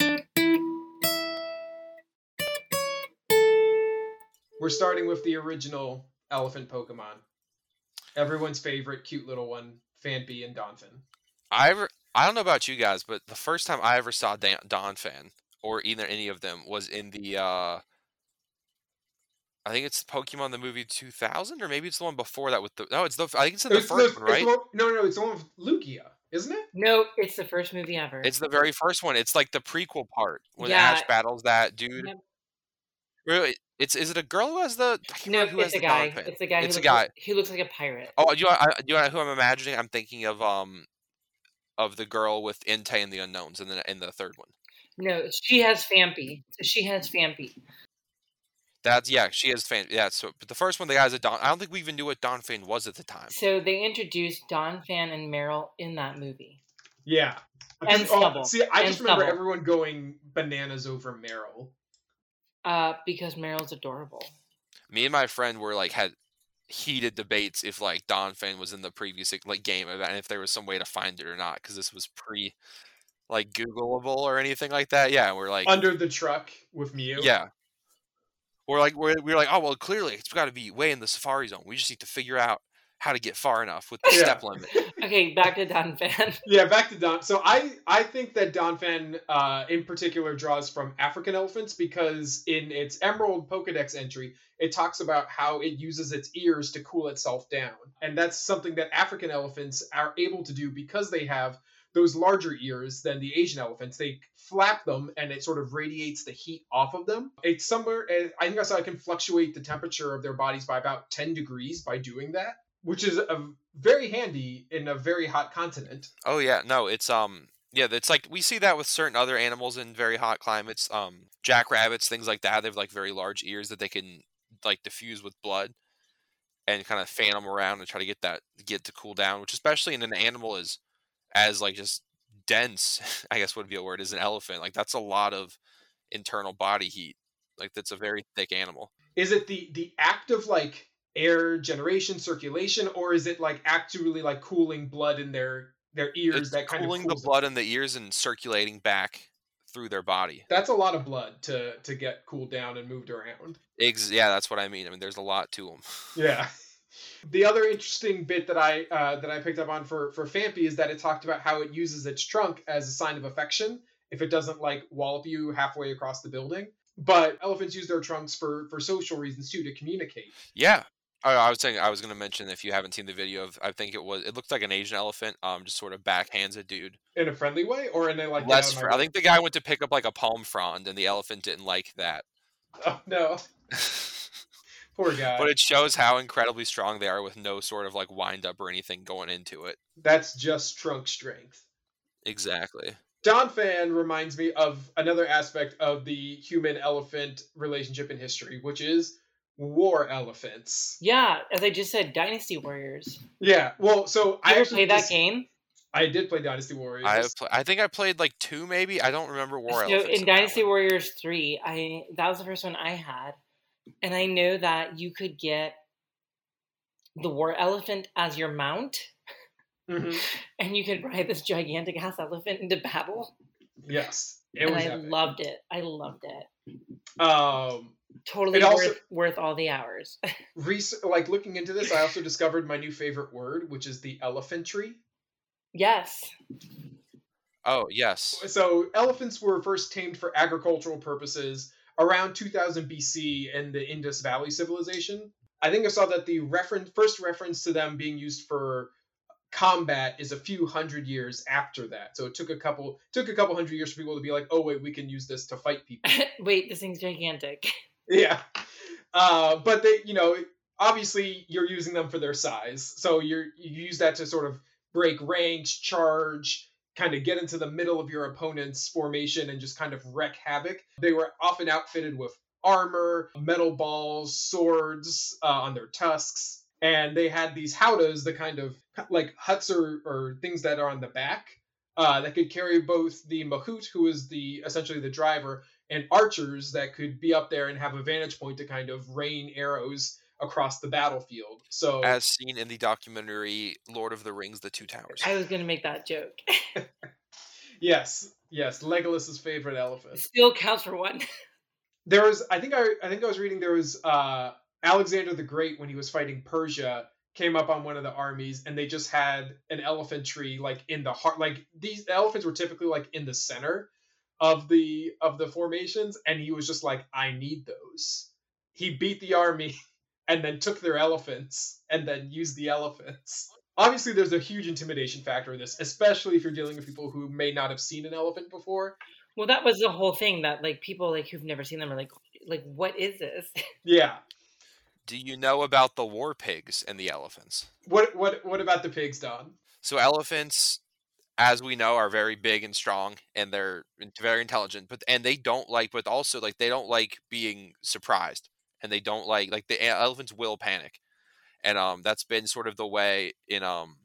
[SPEAKER 3] We're starting with the original elephant Pokemon. Everyone's favorite cute little one, Fanpy and Donphin.
[SPEAKER 2] I ever, I don't know about you guys, but the first time I ever saw Dan, Don Fan or either any of them was in the uh I think it's Pokemon the movie 2000 or maybe it's the one before that with the No, it's the I think it's in the
[SPEAKER 3] It's
[SPEAKER 2] first
[SPEAKER 3] the-
[SPEAKER 2] one, right?
[SPEAKER 3] it's the one- no, no, it's the one with Lugia, isn't it?
[SPEAKER 1] No, it's the first movie ever.
[SPEAKER 2] It's the very first one. It's like the prequel part when
[SPEAKER 1] Yeah.
[SPEAKER 2] Ash battles that dude.
[SPEAKER 1] Yep.
[SPEAKER 2] Really? It's is it a girl who has the I can't
[SPEAKER 1] no,
[SPEAKER 2] remember who has
[SPEAKER 1] it's a
[SPEAKER 2] the Don
[SPEAKER 1] guy.
[SPEAKER 2] Fan.
[SPEAKER 1] It's the guy.
[SPEAKER 2] It's
[SPEAKER 1] who
[SPEAKER 2] a
[SPEAKER 1] looks Like, he looks like a pirate.
[SPEAKER 2] Oh, you know, I, you know who I'm imagining? I'm thinking of um of the girl with Entei and the Unknowns in the in the third one.
[SPEAKER 1] No, she has Fampy. So she has Fampy.
[SPEAKER 2] That's yeah, she is fan. Yeah, so but the first one, the guy's a Don. I don't think we even knew what Don Fane was at the time.
[SPEAKER 1] So they introduced Don Fan and Meryl in that movie.
[SPEAKER 3] Yeah.
[SPEAKER 1] And
[SPEAKER 3] Oh,
[SPEAKER 1] Snubbull.
[SPEAKER 3] see, I
[SPEAKER 1] And
[SPEAKER 3] just remember
[SPEAKER 1] Snubbull.
[SPEAKER 3] everyone going bananas over Meryl.
[SPEAKER 1] Uh, because Meryl's adorable.
[SPEAKER 2] Me and my friend were like had heated debates if like Don Fane was in the previous like game of that, and if there was some way to find it or not because this was pre like Googleable or anything like that. Yeah, we're like
[SPEAKER 3] Under the truck with Mew.
[SPEAKER 2] yeah. We're like we're, we're like oh well clearly it's got to be way in the safari zone. We just need to figure out how to get far enough with the
[SPEAKER 3] Yeah.
[SPEAKER 2] step limit.
[SPEAKER 1] Okay, back to Don Fan.
[SPEAKER 3] Yeah, back to Don. So I I think that Donphan uh, in particular draws from African elephants because in its Emerald Pokedex entry, it talks about how it uses its ears to cool itself down, and that's something that African elephants are able to do because they have those larger ears than the Asian elephants. They flap them, and it sort of radiates the heat off of them. It's somewhere eh, I think I saw it can fluctuate the temperature of their bodies by about ten degrees by doing that, which is a very handy in a very hot continent.
[SPEAKER 2] Oh yeah, no, it's um yeah, it's like we see that with certain other animals in very hot climates, um jackrabbits, things like that. They have like very large ears that they can like diffuse with blood and kind of fan them around and try to get that get to cool down, which especially in an animal is as like just dense, I guess would be a word, as an elephant. Like that's a lot of internal body heat. Like that's a very thick animal.
[SPEAKER 3] is it the the act of like air generation circulation or is it like actually like cooling blood in their their ears
[SPEAKER 2] It's
[SPEAKER 3] that kind
[SPEAKER 2] cooling
[SPEAKER 3] of
[SPEAKER 2] the
[SPEAKER 3] cools it?
[SPEAKER 2] blood in the ears and circulating back through their body.
[SPEAKER 3] that's a lot of blood to to get cooled down and moved around
[SPEAKER 2] Ex- yeah, that's what I mean. I mean, there's a lot to them.
[SPEAKER 3] yeah the other interesting bit that i uh, that i picked up on for for fampy is that it talked about how it uses its trunk as a sign of affection if it doesn't like wallop you halfway across the building but elephants use their trunks for for social reasons too to communicate
[SPEAKER 2] Yeah. Oh, I, I was saying I was gonna mention if you haven't seen the video of I think it was it looked like an Asian elephant um just sort of backhands a dude
[SPEAKER 3] in a friendly way or in a like get
[SPEAKER 2] less
[SPEAKER 3] out of my
[SPEAKER 2] fr-
[SPEAKER 3] way.
[SPEAKER 2] I think the guy went to pick up like a palm frond and the elephant didn't like that
[SPEAKER 3] oh no
[SPEAKER 2] but
[SPEAKER 3] poor guy
[SPEAKER 2] it shows how incredibly strong they are with no sort of like wind up or anything going into it
[SPEAKER 3] That's just trunk strength.
[SPEAKER 2] exactly
[SPEAKER 3] Don Fan reminds me of another aspect of the human elephant relationship in history, which is war elephants.
[SPEAKER 1] Yeah, as I just said, Dynasty Warriors.
[SPEAKER 3] Yeah. Well, so
[SPEAKER 1] You
[SPEAKER 3] I
[SPEAKER 1] ever
[SPEAKER 3] actually
[SPEAKER 1] play that
[SPEAKER 3] just-
[SPEAKER 1] game?
[SPEAKER 3] I did play Dynasty Warriors.
[SPEAKER 2] I have pl- I think I played like two maybe I don't remember war
[SPEAKER 1] so
[SPEAKER 2] elephants
[SPEAKER 1] in Dynasty
[SPEAKER 2] that one.
[SPEAKER 1] Warriors three, I that was the first one I had, and I know that you could get the war elephant as your mount, Mm-hmm.
[SPEAKER 3] Mhm.
[SPEAKER 1] and you could ride this gigantic ass elephant into battle.
[SPEAKER 3] Yes. It
[SPEAKER 1] and
[SPEAKER 3] was
[SPEAKER 1] I
[SPEAKER 3] epic.
[SPEAKER 1] loved it. I loved it.
[SPEAKER 3] um
[SPEAKER 1] Totally
[SPEAKER 3] It also-
[SPEAKER 1] worth worth all the hours.
[SPEAKER 3] rec- like looking into this, I also discovered my new favorite word, which is the elephantry.
[SPEAKER 1] Yes.
[SPEAKER 2] Oh yes.
[SPEAKER 3] So elephants were first tamed for agricultural purposes around 2000 BC in the Indus Valley civilization. I think I saw that the reference, first reference to them being used for combat is a few hundred years after that. So it took a couple took a couple hundred years for people to be like, oh wait, we can use this to fight people.
[SPEAKER 1] Wait, this thing's gigantic.
[SPEAKER 3] yeah, uh, but they, you know, obviously you're using them for their size, so you're you use that to sort of break ranks, charge, kind of get into the middle of your opponent's formation and just kind of wreak havoc. They were often outfitted with armor, metal balls, swords uh, on their tusks, and they had these howdahs, the kind of like huts or, or things that are on the back uh, that could carry both the mahout, who is the essentially the driver, and archers that could be up there and have a vantage point to kind of rain arrows across the battlefield. So
[SPEAKER 2] As seen in the documentary Lord of the Rings: The Two Towers.
[SPEAKER 1] I was going to make that joke.
[SPEAKER 3] yes, yes, Legolas's favorite elephant.
[SPEAKER 1] Still counts for one.
[SPEAKER 3] There was, I think, I, I think I was reading there was uh, Alexander the Great when he was fighting Persia came up on one of the armies and they just had an elephant tree like in the heart like these elephants were typically like in the center of the of the formations and he was just like i need those he beat the army and then took their elephants and then used the elephants obviously there's a huge intimidation factor in this especially if you're dealing with people who may not have seen an elephant before
[SPEAKER 1] Well, that was the whole thing that like people like who've never seen them are like like what is this?
[SPEAKER 3] yeah
[SPEAKER 2] Do you know about the war pigs and the elephants?
[SPEAKER 3] what what what about the pigs don
[SPEAKER 2] So elephants, as we know, are very big and strong, and they're in- very intelligent. But and they don't like, but also like they don't like being surprised, and they don't like like the e- elephants will panic, and um that's been sort of the way in um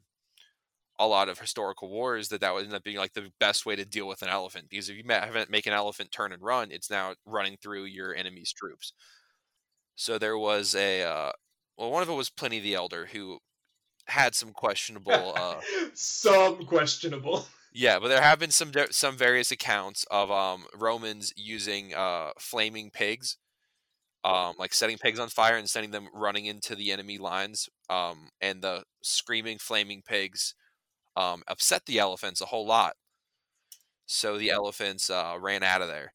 [SPEAKER 2] a lot of historical wars that that would end up being like the best way to deal with an elephant because if you ma- haven't make an elephant turn and run, it's now running through your enemy's troops. So there was a uh, well, one of it was Pliny the Elder who had some questionable uh,
[SPEAKER 3] some questionable
[SPEAKER 2] yeah, but there have been some di- some various accounts of um Romans using uh flaming pigs, um like setting pigs on fire and sending them running into the enemy lines, um and the screaming flaming pigs um upset the elephants a whole lot. So the elephants uh ran out of there.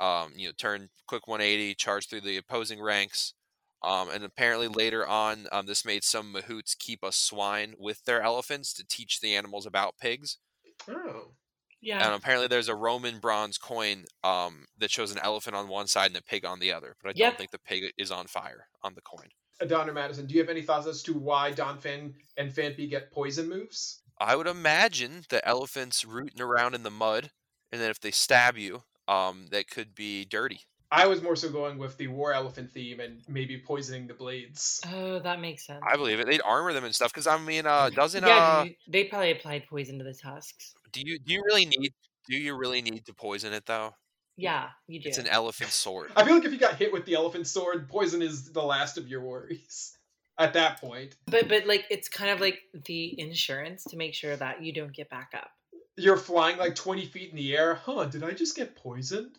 [SPEAKER 2] Um you know, turned quick 180, charged through the opposing ranks. Um, and apparently later on, um, this made some mahouts keep a swine with their elephants to teach the animals about pigs
[SPEAKER 3] oh
[SPEAKER 1] Yeah.
[SPEAKER 2] and apparently there's a Roman bronze coin um, that shows an elephant on one side and a pig on the other. But I
[SPEAKER 1] Yep.
[SPEAKER 2] don't think the pig is on fire on the coin.
[SPEAKER 3] Don or Madison, do you have any thoughts as to why Don Fan and Fanpy get poison moves?
[SPEAKER 2] I would imagine the elephants rooting around in the mud, and then if they stab you, um, that could be dirty.
[SPEAKER 3] I was more so going with the war elephant theme and maybe poisoning the blades.
[SPEAKER 1] Oh, that makes sense.
[SPEAKER 2] I believe it. They'd armor them and stuff. Because I mean, uh, doesn't
[SPEAKER 1] yeah,
[SPEAKER 2] uh,
[SPEAKER 1] 'cause they probably applied poison to the tusks.
[SPEAKER 2] do you do you really need do you really need to poison it though?
[SPEAKER 1] Yeah, you do.
[SPEAKER 2] It's an elephant sword.
[SPEAKER 3] I feel like if you got hit with the elephant sword, poison is the last of your worries at that point.
[SPEAKER 1] but but like it's kind of like the insurance to make sure that you don't get back up.
[SPEAKER 3] You're flying like 20 feet in the air. Huh, did I just get poisoned?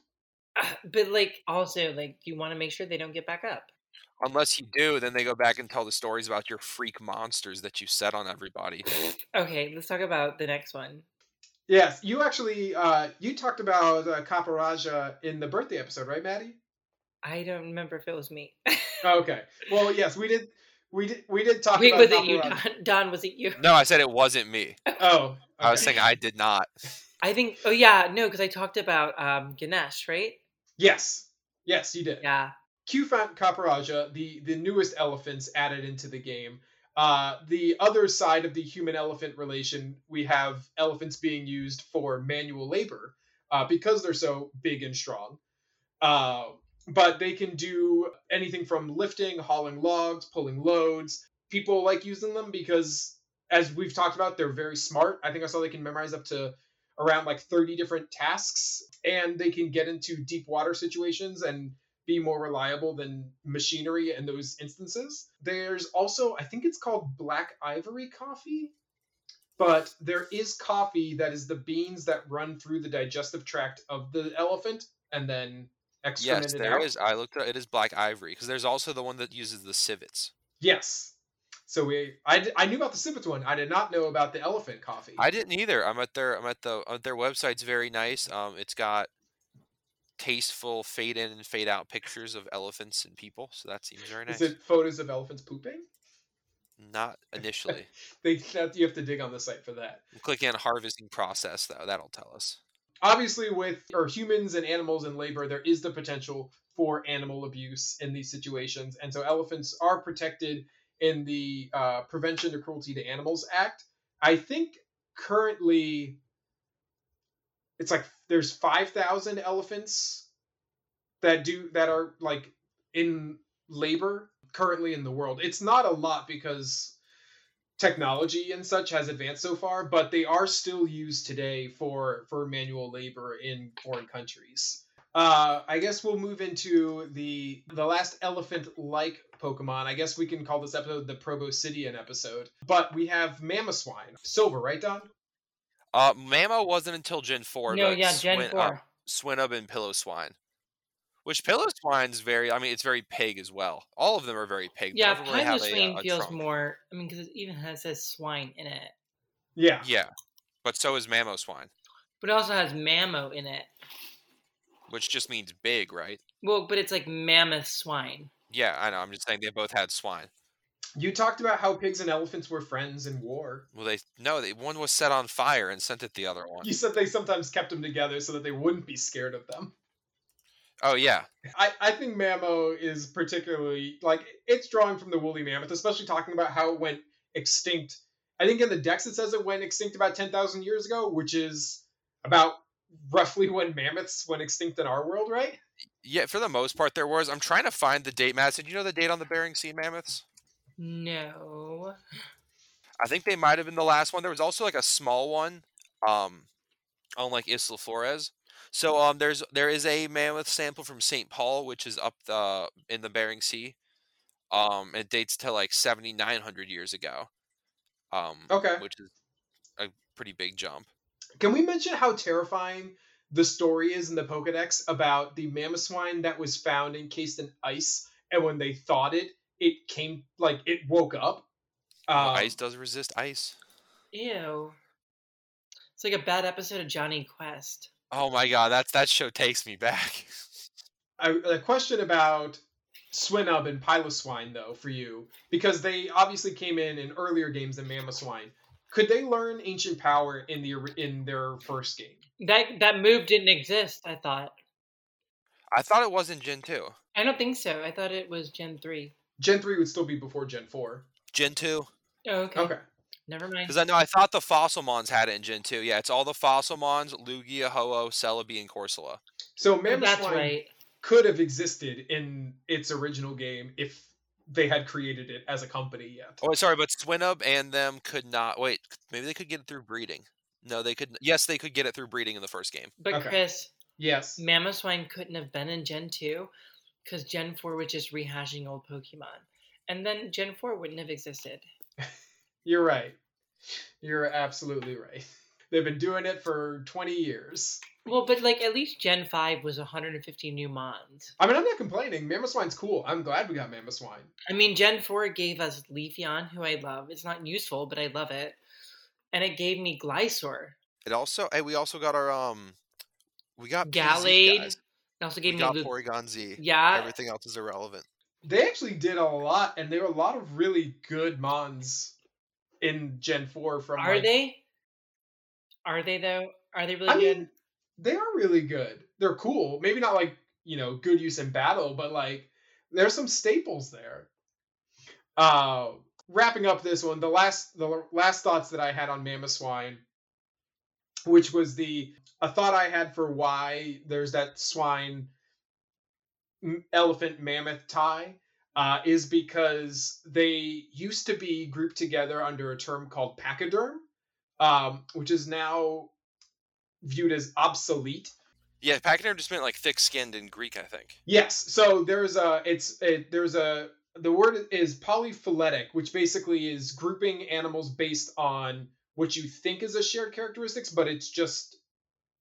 [SPEAKER 1] But like also like you want to make sure they don't get back up.
[SPEAKER 2] Unless you do, then they go back and tell the stories about your freak monsters that you set on everybody.
[SPEAKER 1] Okay, let's talk about the next one.
[SPEAKER 3] Yes, you actually, uh, you talked about uh, Kaparaja in the birthday episode, right, Maddie?
[SPEAKER 1] I don't remember if it was me.
[SPEAKER 3] Okay. Well, yes, we did. We did. We did talk
[SPEAKER 1] Wait,
[SPEAKER 3] about.
[SPEAKER 1] was it you,
[SPEAKER 3] Kaparaja.
[SPEAKER 1] Don? Don, was it you?
[SPEAKER 2] No, I said it wasn't me.
[SPEAKER 3] Oh,
[SPEAKER 2] I was
[SPEAKER 3] okay.
[SPEAKER 2] saying I did not.
[SPEAKER 1] I think. Oh yeah, no, because I talked about um, Ganesh, right?
[SPEAKER 3] Yes. Yes, you did.
[SPEAKER 1] Yeah.
[SPEAKER 3] Q Fountain Kaparaja, the, the newest elephants added into the game. Uh, the other side of the human elephant relation, we have elephants being used for manual labor uh, because they're so big and strong. Uh, but they can do anything from lifting, hauling logs, pulling loads. People like using them because, as we've talked about, they're very smart. I think I saw they can memorize up to around like 30 different tasks, and they can get into deep water situations and be more reliable than machinery in those instances. There's also, I think it's called black ivory coffee, but there is coffee that is the beans that run through the digestive tract of the elephant and then excremented
[SPEAKER 2] Yes, there
[SPEAKER 3] out.
[SPEAKER 2] is. I looked. It, it is black ivory because there's also the one that uses the civets.
[SPEAKER 3] Yes. So we, I, d- I knew about the Sippets one. I did not know about the elephant coffee.
[SPEAKER 2] I didn't either. I'm at their I'm at the uh, their website's very nice. Um, it's got tasteful fade in and fade out pictures of elephants and people, so that seems very nice.
[SPEAKER 3] Is it photos of elephants pooping?
[SPEAKER 2] Not initially.
[SPEAKER 3] They that you have to dig on the site for that.
[SPEAKER 2] We'll click on harvesting process though. That'll tell us.
[SPEAKER 3] Obviously, with or humans and animals in labor, there is the potential for animal abuse in these situations, and so elephants are protected in the uh, Prevention of Cruelty to Animals Act. I think currently it's like there's 5,000 elephants that do that are like in labor currently in the world. It's not a lot because technology and such has advanced so far, but they are still used today for for manual labor in foreign countries. Uh, I guess we'll move into the the last elephant-like Pokemon. I guess we can call this episode the Proboscidean episode. But we have Mamoswine, silver, right, Don?
[SPEAKER 2] Uh, Mamo wasn't until Gen four.
[SPEAKER 1] no,
[SPEAKER 2] but
[SPEAKER 1] yeah, Gen
[SPEAKER 2] Swin-
[SPEAKER 1] four.
[SPEAKER 2] uh, Swinub and Pillow Swine. Which Pillow Swine's very, I mean, it's very pig as well. All of them are very pig.
[SPEAKER 1] yeah,
[SPEAKER 2] None of them really
[SPEAKER 1] Pine
[SPEAKER 2] have a, uh,
[SPEAKER 1] Swine
[SPEAKER 2] a
[SPEAKER 1] feels
[SPEAKER 2] trunk.
[SPEAKER 1] more. I mean, because it even has says swine in it,
[SPEAKER 3] Yeah.
[SPEAKER 2] Yeah, but so is Mamo Swine,
[SPEAKER 1] but it also has mammo in it.
[SPEAKER 2] which just means big, right?
[SPEAKER 1] Well, but it's like mammoth swine.
[SPEAKER 2] Yeah, I know. I'm just saying they both had swine.
[SPEAKER 3] You talked about how pigs and elephants were friends in war.
[SPEAKER 2] Well, they no, they, one was set on fire and sent it the other one.
[SPEAKER 3] You said they sometimes kept them together so that they wouldn't be scared of them.
[SPEAKER 2] Oh yeah,
[SPEAKER 3] I, I think Mammo is particularly like it's drawing from the woolly mammoth, especially talking about how it went extinct. I think in the Dex it says it went extinct about ten thousand years ago, which is about roughly when mammoths went extinct in our world, right?
[SPEAKER 2] yeah. For the most part, there was. I'm trying to find the date, Matt. Did you know the date on the Bering Sea mammoths?
[SPEAKER 1] No,
[SPEAKER 2] I think they might have been the last one. There was also like a small one, um, on like Isla Flores. So um, there's there is a mammoth sample from St. Paul, which is up the in the Bering Sea. Um, it dates to like 7,900 years ago. Um,
[SPEAKER 3] Okay.
[SPEAKER 2] which is a pretty big jump.
[SPEAKER 3] Can we mention how terrifying the story is in the Pokedex about the mammoth swine that was found encased in ice, and when they thawed it, it came like it woke up.
[SPEAKER 2] Well,
[SPEAKER 3] Um,
[SPEAKER 2] ice does resist ice.
[SPEAKER 1] ew. It's like a bad episode of Johnny Quest.
[SPEAKER 2] Oh my god, that's that show takes me back.
[SPEAKER 3] I, a question about Swinub and Piloswine, though, for you, because they obviously came in in earlier games than Mamoswine. Could they learn Ancient Power in the ori- in their first game?
[SPEAKER 1] That that move didn't exist. I thought.
[SPEAKER 2] I thought it was in Gen 2.
[SPEAKER 1] I don't think so. I thought it was Gen three.
[SPEAKER 3] Gen three would still be before Gen four.
[SPEAKER 2] Gen 2?
[SPEAKER 1] Oh, okay.
[SPEAKER 3] Okay,
[SPEAKER 1] Never mind.
[SPEAKER 3] Mm.
[SPEAKER 2] Because I know I thought the Fossil Mons had it in Gen 2. Yeah, it's all the Fossil Mons, Lugia, Ho-Oh, Celebi, and Corsola.
[SPEAKER 3] so
[SPEAKER 1] Oh,
[SPEAKER 3] Mamoswine
[SPEAKER 1] that's right.
[SPEAKER 3] could have existed in its original game if they had created it as a company yet.
[SPEAKER 2] Oh, sorry, but Swinub and them could not. Wait, maybe they could get it through breeding. No, they could. Yes, they could get it through breeding in the first game.
[SPEAKER 1] But
[SPEAKER 3] Okay.
[SPEAKER 1] Chris,
[SPEAKER 3] Yes,
[SPEAKER 1] Mamoswine couldn't have been in Gen 2 because Gen 4 was just rehashing old Pokemon. And then Gen 4 wouldn't have existed.
[SPEAKER 3] you're right. You're absolutely right. They've been doing it for 20 years.
[SPEAKER 1] Well, but like at least Gen 5 was 150 new Mons.
[SPEAKER 3] I mean, I'm not complaining. Mamoswine's cool. I'm glad we got Mamoswine.
[SPEAKER 1] I mean, Gen 4 gave us Leafeon, who I love. It's not useful, but I love it. And it gave me Glysaur.
[SPEAKER 2] It also. Hey, we also got our um. We got PZ,
[SPEAKER 1] Gallade.
[SPEAKER 2] guys.
[SPEAKER 1] It also
[SPEAKER 2] We
[SPEAKER 1] gave
[SPEAKER 2] got
[SPEAKER 1] me Lu-
[SPEAKER 2] Porygon Z.
[SPEAKER 1] Yeah.
[SPEAKER 2] Everything else is irrelevant.
[SPEAKER 3] they actually did a lot, and there were a lot of really good mons in Gen Four. From
[SPEAKER 1] Are
[SPEAKER 3] like-
[SPEAKER 1] they? Are they though? Are they really
[SPEAKER 3] I
[SPEAKER 1] good?
[SPEAKER 3] mean, they are really good. They're cool. Maybe not like you know good use in battle, but like there's some staples there. Uh, wrapping up this one, the last the last thoughts that I had on Mamoswine, which was the a thought I had for why there's that swine m- elephant mammoth tie uh, is because they used to be grouped together under a term called pachyderm, um, which is now viewed as obsolete.
[SPEAKER 2] Yeah, Pachyderm just meant like thick-skinned in Greek, I think.
[SPEAKER 3] Yes, so there's a it's it, there's a the word is polyphyletic, which basically is grouping animals based on what you think is a shared characteristics, but it's just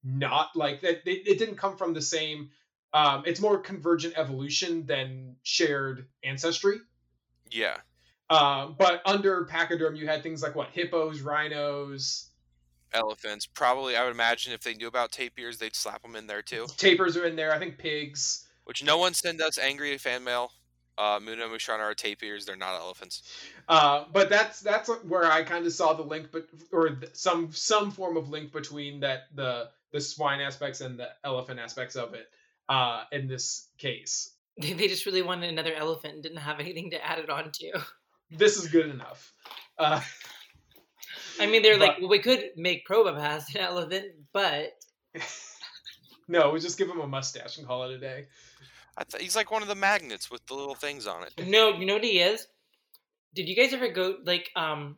[SPEAKER 3] not like that. It, it didn't come from the same. Um, it's more convergent evolution than shared ancestry.
[SPEAKER 2] Yeah.
[SPEAKER 3] Uh, but under pachyderm, you had things like what hippos, rhinos,
[SPEAKER 2] elephants. Probably, I would imagine if they knew about tapirs, they'd slap them in there too.
[SPEAKER 3] tapirs are in there. I think pigs.
[SPEAKER 2] Which no one send us angry fan mail. Uh, Muna and Mushana are tapirs. They're not elephants.
[SPEAKER 3] Uh, but that's that's where I kind of saw the link, but or th- some some form of link between that the the swine aspects and the elephant aspects of it uh, in this case.
[SPEAKER 1] They, they just really wanted another elephant and didn't have anything to add it on to.
[SPEAKER 3] This is good enough. Uh,
[SPEAKER 1] I mean, they're like,
[SPEAKER 3] But-
[SPEAKER 1] well, we could make Probabas an elephant, but
[SPEAKER 3] no, we just give him a mustache and call it a day.
[SPEAKER 2] I th- he's like one of the magnets with the little things on it.
[SPEAKER 1] no, you know what he is? Did you guys ever go like um?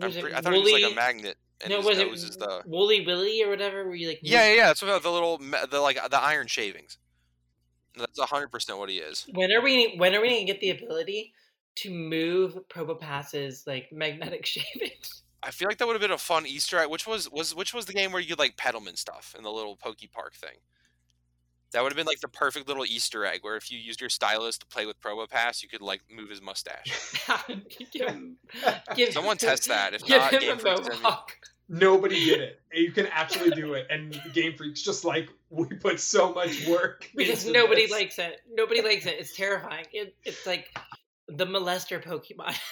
[SPEAKER 2] I'm
[SPEAKER 1] was it
[SPEAKER 2] pre- I thought he was like a
[SPEAKER 1] Wooly-
[SPEAKER 2] magnet, and
[SPEAKER 1] No,
[SPEAKER 2] his
[SPEAKER 1] was
[SPEAKER 2] nose is
[SPEAKER 1] it
[SPEAKER 2] the
[SPEAKER 1] Wooly Willy or whatever? Where you like?
[SPEAKER 2] yeah, yeah, yeah. That's about the little ma- the like the iron shavings. That's hundred percent what he is.
[SPEAKER 1] When are we? When are we gonna get the ability to move Probopas's like magnetic shavings?
[SPEAKER 2] I feel like that would have been a fun Easter egg. Which was was which was the game where you could like Peddleman stuff in the little Pokey Park thing. That would have been like the perfect little Easter egg where if you used your stylus to play with Probopass, you could like move his mustache.
[SPEAKER 1] give, him- give him-
[SPEAKER 2] Someone test that. If
[SPEAKER 1] give
[SPEAKER 2] not,
[SPEAKER 1] him
[SPEAKER 2] Game
[SPEAKER 1] a
[SPEAKER 2] Freak send me-
[SPEAKER 1] mohawk.
[SPEAKER 3] Nobody did it. You can actually do it, and Game Freak's just like we put so much work
[SPEAKER 1] because
[SPEAKER 3] into
[SPEAKER 1] nobody
[SPEAKER 3] this.
[SPEAKER 1] likes it. Nobody likes it. It's terrifying. It, it's like the molester Pokemon.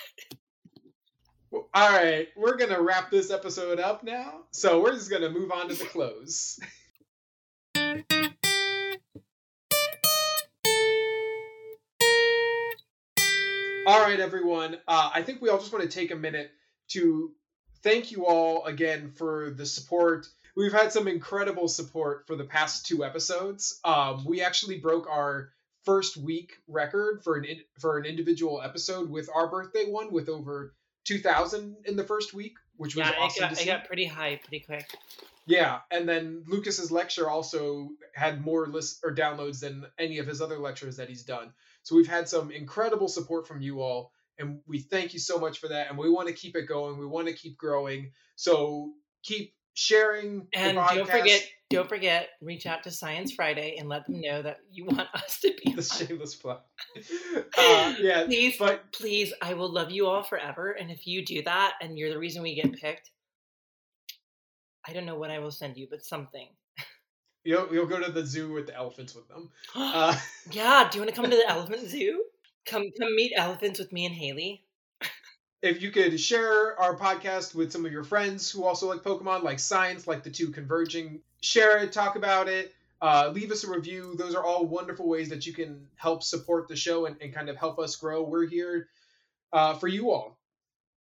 [SPEAKER 3] Well, All right, we're gonna wrap this episode up now, so we're just gonna move on to the close. all right, everyone. Uh, I think we all just want to take a minute to thank you all again for the support. We've had some incredible support for the past two episodes. Um, we actually broke our first week record for an in- for an individual episode with our birthday one with over 2,000 in the first week, which was
[SPEAKER 1] yeah,
[SPEAKER 3] awesome
[SPEAKER 1] it,
[SPEAKER 3] to
[SPEAKER 1] got,
[SPEAKER 3] see.
[SPEAKER 1] it got pretty high pretty quick.
[SPEAKER 3] Yeah, and then Lucas's lecture also had more lists or downloads than any of his other lectures that he's done. So we've had some incredible support from you all, and we thank you so much for that. And we want to keep it going. We want to keep growing. So keep sharing the
[SPEAKER 1] And don't
[SPEAKER 3] podcast,
[SPEAKER 1] forget, don't forget, reach out to Science Friday and let them know that you want us to be.
[SPEAKER 3] the
[SPEAKER 1] on.
[SPEAKER 3] shameless plug. Uh, yeah,
[SPEAKER 1] Please,
[SPEAKER 3] but
[SPEAKER 1] please, I will love you all forever. And if you do that, and you're the reason we get picked, I don't know what I will send you, but something.
[SPEAKER 3] you'll you'll go to the zoo with the elephants with them. Uh,
[SPEAKER 1] yeah, do you want to come to the elephant zoo? Come, come meet elephants with me and Haley.
[SPEAKER 3] if you could share our podcast with some of your friends who also like Pokemon, like science, like the two converging, share it, talk about it, uh, leave us a review. Those are all wonderful ways that you can help support the show and, and kind of help us grow. We're here uh, for you all.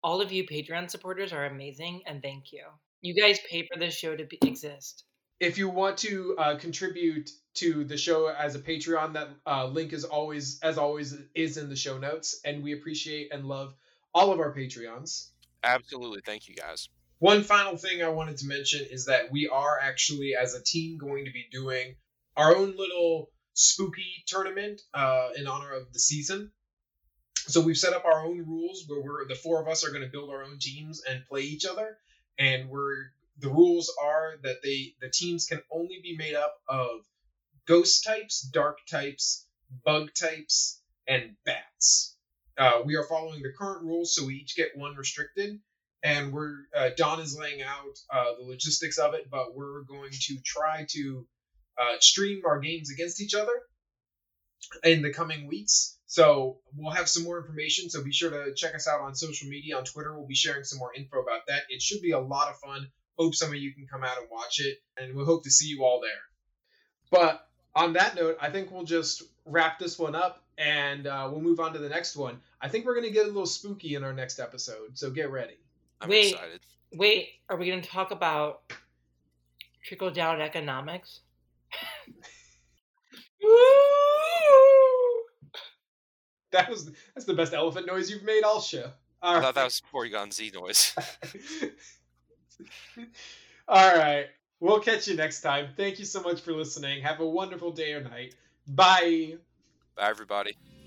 [SPEAKER 1] all of you Patreon supporters are amazing and thank you. You guys pay for this show to be, exist.
[SPEAKER 3] If you want to uh, contribute to the show as a Patreon, that uh, link is always, as always, is in the show notes. And we appreciate and love all of our Patreons.
[SPEAKER 2] Absolutely, thank you guys.
[SPEAKER 3] One final thing I wanted to mention is that we are actually, as a team, going to be doing our own little spooky tournament uh, in honor of the season. So we've set up our own rules where we're the four of us are going to build our own teams and play each other, and we're the rules are that they the teams can only be made up of ghost types, dark types, bug types, and bats. Uh, we are following the current rules, so we each get one restricted and we're uh, Don is laying out uh, the logistics of it, but we're going to try to uh, stream our games against each other in the coming weeks. So we'll have some more information. So be sure to check us out on social media on Twitter. We'll be sharing some more info about that. It should be a lot of fun. Hope some of you can come out and watch it, and we hope to see you all there. But on that note, I think we'll just wrap this one up and uh, we'll move on to the next one. I think we're going to get a little spooky in our next episode, so get ready.
[SPEAKER 2] I'm
[SPEAKER 1] Wait.
[SPEAKER 2] excited.
[SPEAKER 1] Wait, are we going to talk about trickle down economics? Woo!
[SPEAKER 3] That was that's the best elephant noise you've made all show. All
[SPEAKER 2] I
[SPEAKER 3] right.
[SPEAKER 2] thought that was Porygon Z noise.
[SPEAKER 3] all right. We'll catch you next time. Thank you so much for listening. Have a wonderful day or night. Bye.
[SPEAKER 2] Bye, everybody.